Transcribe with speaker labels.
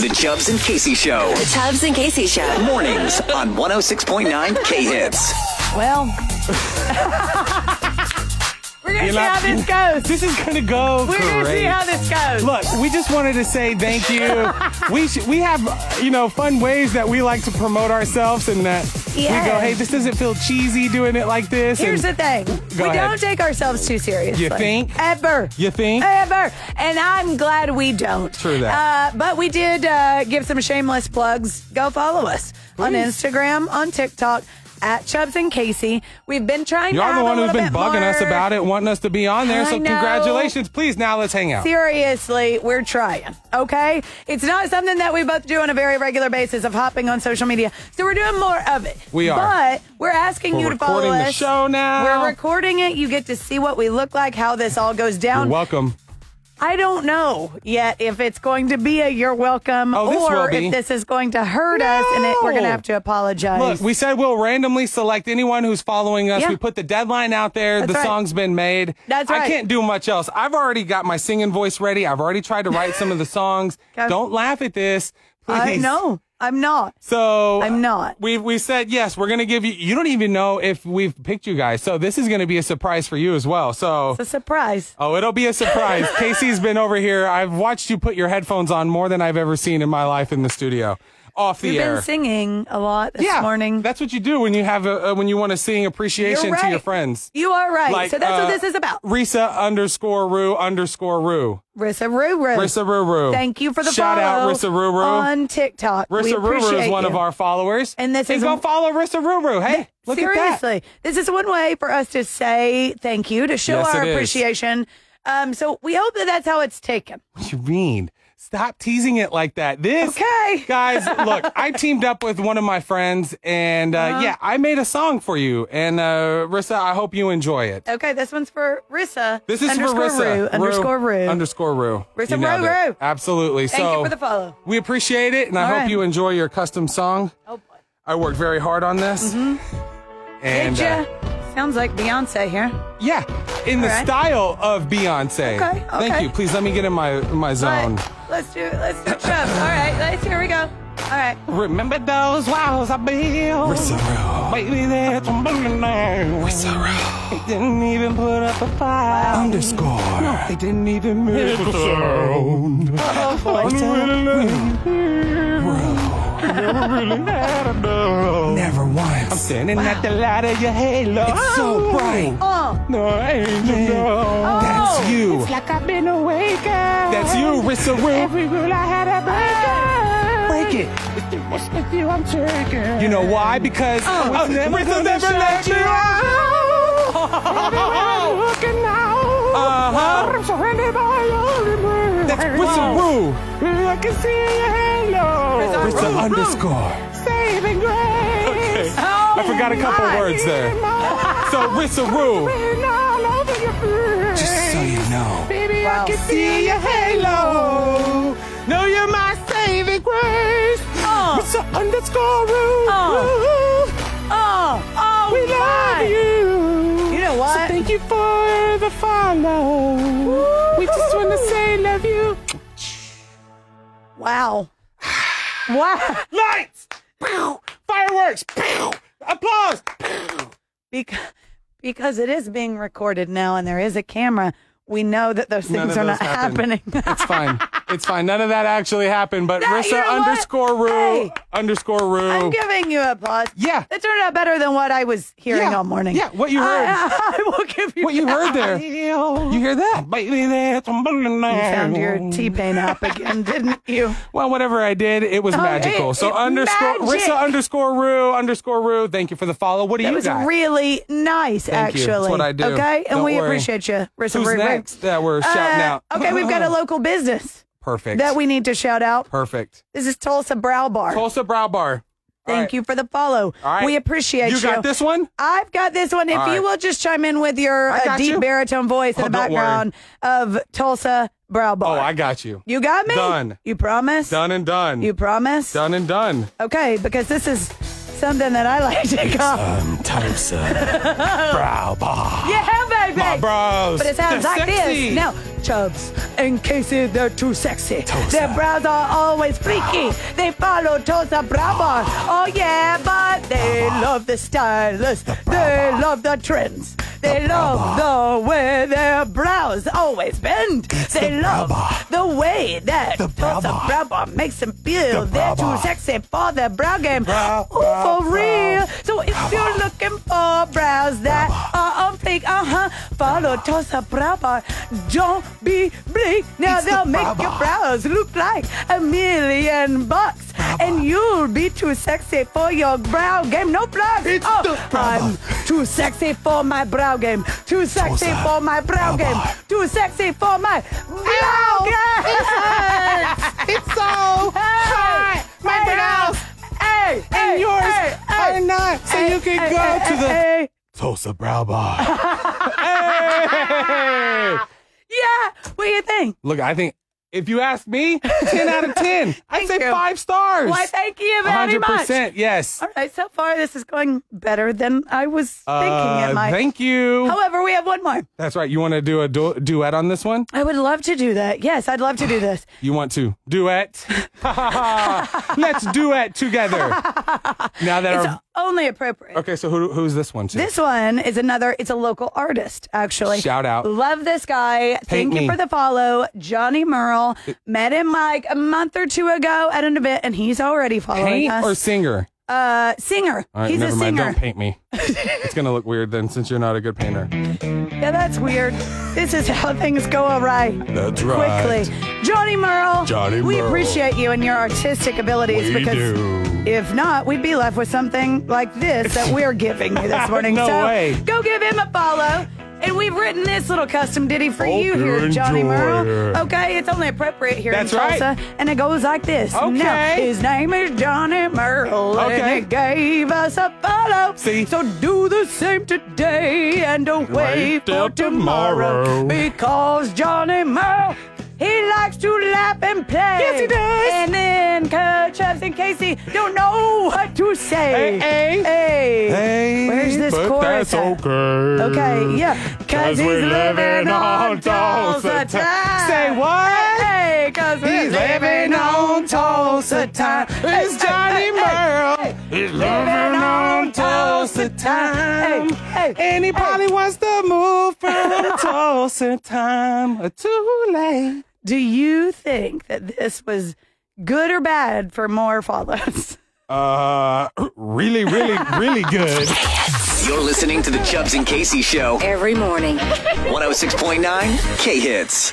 Speaker 1: The Chubbs and Casey Show.
Speaker 2: The Tubbs and Casey Show.
Speaker 1: Mornings on 106.9 K Hits.
Speaker 3: Well, we're gonna
Speaker 4: You're
Speaker 3: see
Speaker 4: not-
Speaker 3: how this goes.
Speaker 4: This is going to go
Speaker 3: We're gonna see
Speaker 4: great.
Speaker 3: how this goes.
Speaker 4: Look, we just wanted to say thank you. we sh- we have uh, you know fun ways that we like to promote ourselves, and that we go,
Speaker 3: Yes.
Speaker 4: hey, this doesn't feel cheesy doing it like this.
Speaker 3: Here's the
Speaker 4: and
Speaker 3: thing:
Speaker 4: Go
Speaker 3: we
Speaker 4: ahead.
Speaker 3: don't uh, take ourselves too seriously.
Speaker 4: You think?
Speaker 3: Ever.
Speaker 4: You think?
Speaker 3: Ever. And I'm glad we don't.
Speaker 4: True that.
Speaker 3: Uh, but we did uh, give some shameless plugs. Go follow us on Instagram, on TikTok. At Chubbs and Casey, we've been trying. to
Speaker 4: Y'all
Speaker 3: have
Speaker 4: the
Speaker 3: a
Speaker 4: one who's
Speaker 3: little
Speaker 4: been
Speaker 3: bit
Speaker 4: bugging
Speaker 3: more-
Speaker 4: us about it, wanting us to be on there.
Speaker 3: I
Speaker 4: so
Speaker 3: know.
Speaker 4: congratulations, please. Now let's hang out.
Speaker 3: Seriously, we're trying, okay? It's not something that we both do on a very regular basis of hopping on social media. So we're doing more of it.
Speaker 4: We are.
Speaker 3: But we're asking
Speaker 4: We're
Speaker 3: you to follow
Speaker 4: recording the
Speaker 3: us.
Speaker 4: show now.
Speaker 3: We're recording it. You get to see what we look like, how this all goes down.
Speaker 4: You're welcome.
Speaker 3: I don't know yet if it's going to be a you're welcome
Speaker 4: Oh, this
Speaker 3: or
Speaker 4: will be.
Speaker 3: if this is going to hurt us and it, we're going to
Speaker 4: No.
Speaker 3: have to apologize.
Speaker 4: Look, we said we'll randomly select anyone who's following us.
Speaker 3: Yeah.
Speaker 4: We put the deadline out there.
Speaker 3: That's
Speaker 4: the
Speaker 3: right.
Speaker 4: song's been made.
Speaker 3: That's right.
Speaker 4: I can't do much else. I've already got my singing voice ready. I've already tried to write some of the songs.
Speaker 3: Okay.
Speaker 4: Don't laugh at this. Please.
Speaker 3: I know. I'm not.
Speaker 4: So
Speaker 3: I'm not.
Speaker 4: We we said yes. We're gonna give you. You don't even know if we've picked you guys. So this is gonna be a surprise for you as well. So
Speaker 3: It's a surprise.
Speaker 4: oh, it'll be a surprise. Casey's been over here. I've watched you put your headphones on more than I've ever seen in my life in the studio, off the
Speaker 3: You've
Speaker 4: air.
Speaker 3: been singing a lot this
Speaker 4: yeah,
Speaker 3: morning.
Speaker 4: That's what you do when you have a, uh, when you want to sing appreciation
Speaker 3: You're
Speaker 4: to your
Speaker 3: right.
Speaker 4: friends.
Speaker 3: You are right. so that's
Speaker 4: uh,
Speaker 3: what this is about.
Speaker 4: Risa underscore Roo underscore Roo.
Speaker 3: Rissa Ruru.
Speaker 4: Rissa Ruru.
Speaker 3: Thank you for the
Speaker 4: Shout
Speaker 3: follow.
Speaker 4: out Rissa Ruru.
Speaker 3: On TikTok. we
Speaker 4: Rissa Ruru is
Speaker 3: appreciate
Speaker 4: one of
Speaker 3: you.
Speaker 4: our followers.
Speaker 3: And this is-
Speaker 4: go follow Rissa Ruru. Hey, look at that.
Speaker 3: Seriously, this is one way for us to say thank you, to show
Speaker 4: Yes,
Speaker 3: our
Speaker 4: it is.
Speaker 3: appreciation. Um, so we hope that that's how it's taken.
Speaker 4: What you mean? Stop teasing it like that. This
Speaker 3: Okay.
Speaker 4: guys, look, I teamed up with one of my friends, and uh,
Speaker 3: Uh-huh.
Speaker 4: yeah, I made a song for you. And uh, Rissa, I hope you enjoy it.
Speaker 3: Okay, this one's for Rissa.
Speaker 4: This is
Speaker 3: underscore
Speaker 4: for Rissa.
Speaker 3: Roo,
Speaker 4: Roo,
Speaker 3: underscore Roo.
Speaker 4: Underscore Roo.
Speaker 3: Rissa
Speaker 4: You nailed
Speaker 3: Roo,
Speaker 4: it.
Speaker 3: Roo.
Speaker 4: Absolutely.
Speaker 3: Thank
Speaker 4: so
Speaker 3: you for the follow.
Speaker 4: we appreciate it, and I
Speaker 3: All
Speaker 4: hope
Speaker 3: right.
Speaker 4: you enjoy your custom song.
Speaker 3: Oh boy,
Speaker 4: I worked very hard on this. And
Speaker 3: Mm-hmm. did ya?
Speaker 4: uh,
Speaker 3: Sounds like Beyonce here.
Speaker 4: yeah, in the
Speaker 3: All right.
Speaker 4: style of Beyonce.
Speaker 3: Okay, okay.
Speaker 4: Thank you. Please let me get in my my zone.
Speaker 3: But let's do let's do Chubb. All right, let's here we go. All right.
Speaker 4: Remember those walls I built? Baby, that's a million now. They didn't even put up a fight.
Speaker 5: Underscore.
Speaker 4: They didn't even make a sound.
Speaker 5: Never
Speaker 4: I'm
Speaker 5: once.
Speaker 4: standing at the light of your halo.
Speaker 5: It's so bright.
Speaker 3: Oh,
Speaker 4: No, angel, no.
Speaker 5: That's you.
Speaker 4: like I've been awake. That's you, Rissa Roo. Every rule I had a break.
Speaker 5: Break it.
Speaker 4: you, I'm taking. You know why? Because oh, never, never, never let you out.
Speaker 5: Looking out.
Speaker 4: Uh-huh.
Speaker 5: surrounded by your embrace.
Speaker 4: That's Rissa Roo.
Speaker 5: I can see your halo. It's an underscore. Saving grace.
Speaker 4: Okay. I forgot a couple words there. So, Rissa Roo.
Speaker 5: Just so you know.
Speaker 4: Baby, I can see your halo. Know you're my saving grace.
Speaker 3: Oh.
Speaker 4: Rissa underscore Roo.
Speaker 3: Oh. oh, oh,
Speaker 4: We love you.
Speaker 3: You know what?
Speaker 4: So thank you for the follow. We just want to say love you.
Speaker 3: Wow. wow.
Speaker 4: Lights! Pew! Fireworks! Pew! Applause!
Speaker 3: Because, because it is being recorded now and there is a camera, we know that those
Speaker 4: None
Speaker 3: things
Speaker 4: of
Speaker 3: are
Speaker 4: those
Speaker 3: not
Speaker 4: happened.
Speaker 3: happening.
Speaker 4: It's fine. It's fine. None of that actually happened. But
Speaker 3: That-
Speaker 4: Rissa
Speaker 3: you know what?
Speaker 4: underscore Roo
Speaker 3: Hey.
Speaker 4: underscore Roo.
Speaker 3: I'm giving you applause.
Speaker 4: Yeah.
Speaker 3: That turned out better than what I was hearing
Speaker 4: Yeah.
Speaker 3: all morning.
Speaker 4: Yeah, what you heard.
Speaker 3: I, I- I will give you
Speaker 4: what you heard there? You hear that? Baby, that's a
Speaker 3: You
Speaker 4: millionaire.
Speaker 3: found your
Speaker 4: mm.
Speaker 3: T-Pain app again, didn't you?
Speaker 4: Well, whatever I did, it was
Speaker 3: Oh,
Speaker 4: magical.
Speaker 3: it-
Speaker 4: so
Speaker 3: it-
Speaker 4: underscore
Speaker 3: magic.
Speaker 4: Rissa underscore Roo underscore Roo. Thank you for the follow. What do
Speaker 3: That
Speaker 4: you
Speaker 3: was
Speaker 4: got?
Speaker 3: really nice,
Speaker 4: Thank you.
Speaker 3: actually.
Speaker 4: It's what I do.
Speaker 3: Okay, and
Speaker 4: Don't
Speaker 3: we
Speaker 4: worry.
Speaker 3: appreciate you, Rissa.
Speaker 4: Who's
Speaker 3: Roo Roo.
Speaker 4: next that we're shouting
Speaker 3: Uh,
Speaker 4: out?
Speaker 3: okay, we've got a local business
Speaker 4: Perfect.
Speaker 3: that we need to shout out.
Speaker 4: Perfect.
Speaker 3: This is Tulsa Brow Bar.
Speaker 4: Tulsa Brow Bar.
Speaker 3: Thank you for the follow.
Speaker 4: All right.
Speaker 3: We appreciate you.
Speaker 4: You got this one?
Speaker 3: I've got this one. If
Speaker 4: All
Speaker 3: you
Speaker 4: right.
Speaker 3: will just chime in with your
Speaker 4: I
Speaker 3: uh,
Speaker 4: got
Speaker 3: deep
Speaker 4: you.
Speaker 3: baritone voice in
Speaker 4: Oh,
Speaker 3: the
Speaker 4: don't worry.
Speaker 3: background of Tulsa Brow
Speaker 4: Oh,
Speaker 3: Bar.
Speaker 4: I got you.
Speaker 3: you got me?
Speaker 4: Done.
Speaker 3: You promise?
Speaker 4: Done and done.
Speaker 3: You promise?
Speaker 4: done and done.
Speaker 3: Okay, because this is something that I like to call.
Speaker 5: Um, Tulsa. Brow bar.
Speaker 3: yeah, baby!
Speaker 4: My bros.
Speaker 3: But it sounds
Speaker 4: They're
Speaker 3: like
Speaker 4: sexy.
Speaker 3: this. Now, Chubbs and Casey, they're too sexy. Their brows are always freaky. They follow Tosa Brava. Oh, yeah, but they love the stylist. they love the trends. They love the way their brows always bend. they love the way that the Tosa Brava makes them feel. they're too sexy for their brow game. Ooh, for real. So if you're looking for brows that are on fleek, uh-huh, follow Tosa Brava. Don't be bleak. Now they'll make your brows look like a million bucks. And you'll be too sexy for your brow game. No plugs. It's oh, I'm too sexy for my brow game. Too sexy for my brow game. Too sexy for my brow game.
Speaker 5: It's so hot. My brows
Speaker 3: Hey,
Speaker 5: and
Speaker 3: hey,
Speaker 5: yours
Speaker 3: hey, hey.
Speaker 5: are not. So you can
Speaker 3: Hey,
Speaker 5: go
Speaker 3: hey,
Speaker 5: to
Speaker 3: hey,
Speaker 5: the
Speaker 3: hey.
Speaker 4: Tulsa Brow Bar.
Speaker 3: Yeah. What do you think?
Speaker 4: Look, I think if you ask me, 10 out of 10. I'd
Speaker 3: Thank
Speaker 4: say
Speaker 3: you.
Speaker 4: five stars.
Speaker 3: Why, thank you very much.
Speaker 4: 100%, yes.
Speaker 3: All right. So far, this is going better than I was thinking
Speaker 4: Uh,
Speaker 3: it might.
Speaker 4: thank you.
Speaker 3: However, we have one more.
Speaker 4: That's right. You want to do a du- duet on this one?
Speaker 3: I would love to do that. Yes, I'd love to do this.
Speaker 4: You want to duet? Let's duet together. Now that
Speaker 5: Um,
Speaker 3: It's
Speaker 4: our
Speaker 3: only appropriate.
Speaker 4: okay, so who, who's this one to?
Speaker 3: This one is another, it's a local artist, actually.
Speaker 4: Shout out.
Speaker 3: Love this guy. Thank
Speaker 4: me.
Speaker 3: you for the follow. Johnny Merle. Met him like a month or two ago at an event, and he's already following
Speaker 4: paint
Speaker 3: us.
Speaker 4: or singer?
Speaker 3: uh, singer.
Speaker 4: All right,
Speaker 3: he's
Speaker 4: never
Speaker 3: a
Speaker 4: mind.
Speaker 3: singer.
Speaker 4: Don't paint me. it's gonna look weird then, since you're not a good painter.
Speaker 3: Yeah, that's weird. This is how things go awry.
Speaker 4: That's
Speaker 3: quickly. Johnny Merle,
Speaker 4: Johnny
Speaker 3: we
Speaker 4: Merle.
Speaker 3: appreciate you and your artistic abilities
Speaker 4: We
Speaker 3: because
Speaker 4: do.
Speaker 3: if not, we'd be left with something like this that we're giving you this morning.
Speaker 4: No
Speaker 3: so
Speaker 4: way.
Speaker 3: go give him a follow. And we've written this little custom ditty for you
Speaker 4: Hope you
Speaker 3: here, Johnny
Speaker 4: enjoy
Speaker 3: Merle.
Speaker 4: it.
Speaker 3: Okay, it's only appropriate here
Speaker 4: That's
Speaker 3: in
Speaker 4: right.
Speaker 3: Tulsa, and it goes like this. Now,
Speaker 4: Okay.
Speaker 3: his name is Johnny Merle,
Speaker 4: Okay.
Speaker 3: and he gave us a follow.
Speaker 4: See?
Speaker 3: So do the same today, and don't wait
Speaker 4: Wait
Speaker 3: for
Speaker 4: till
Speaker 3: tomorrow
Speaker 4: tomorrow.
Speaker 3: because Johnny Merle, he likes to laugh and play. Yes,
Speaker 4: he does.
Speaker 3: And then Kurt Chubbs and Casey don't know what to
Speaker 4: Hey,
Speaker 3: say.
Speaker 4: hey.
Speaker 3: hey.
Speaker 4: Hey,
Speaker 3: Where's this
Speaker 4: but
Speaker 3: chorus?
Speaker 4: That's
Speaker 3: at?
Speaker 4: okay.
Speaker 3: Okay, yeah. Cause, he's
Speaker 4: we're
Speaker 3: living
Speaker 4: living
Speaker 3: on
Speaker 4: on
Speaker 3: Tulsa
Speaker 4: Tulsa
Speaker 3: time.
Speaker 4: time. Say what?
Speaker 3: Hey, cause we're
Speaker 4: He's living on Tulsa time. It's Johnny Merle. He's living on Tulsa time.
Speaker 3: Hey, hey,
Speaker 4: and he probably wants to move from Tulsa time. Too late.
Speaker 3: Do you think that this was good or bad for more follows?
Speaker 4: Uh, really, really, really good.
Speaker 1: You're listening to the Chubbs and Casey Show.
Speaker 2: Every morning.
Speaker 1: 106.9 K Hits.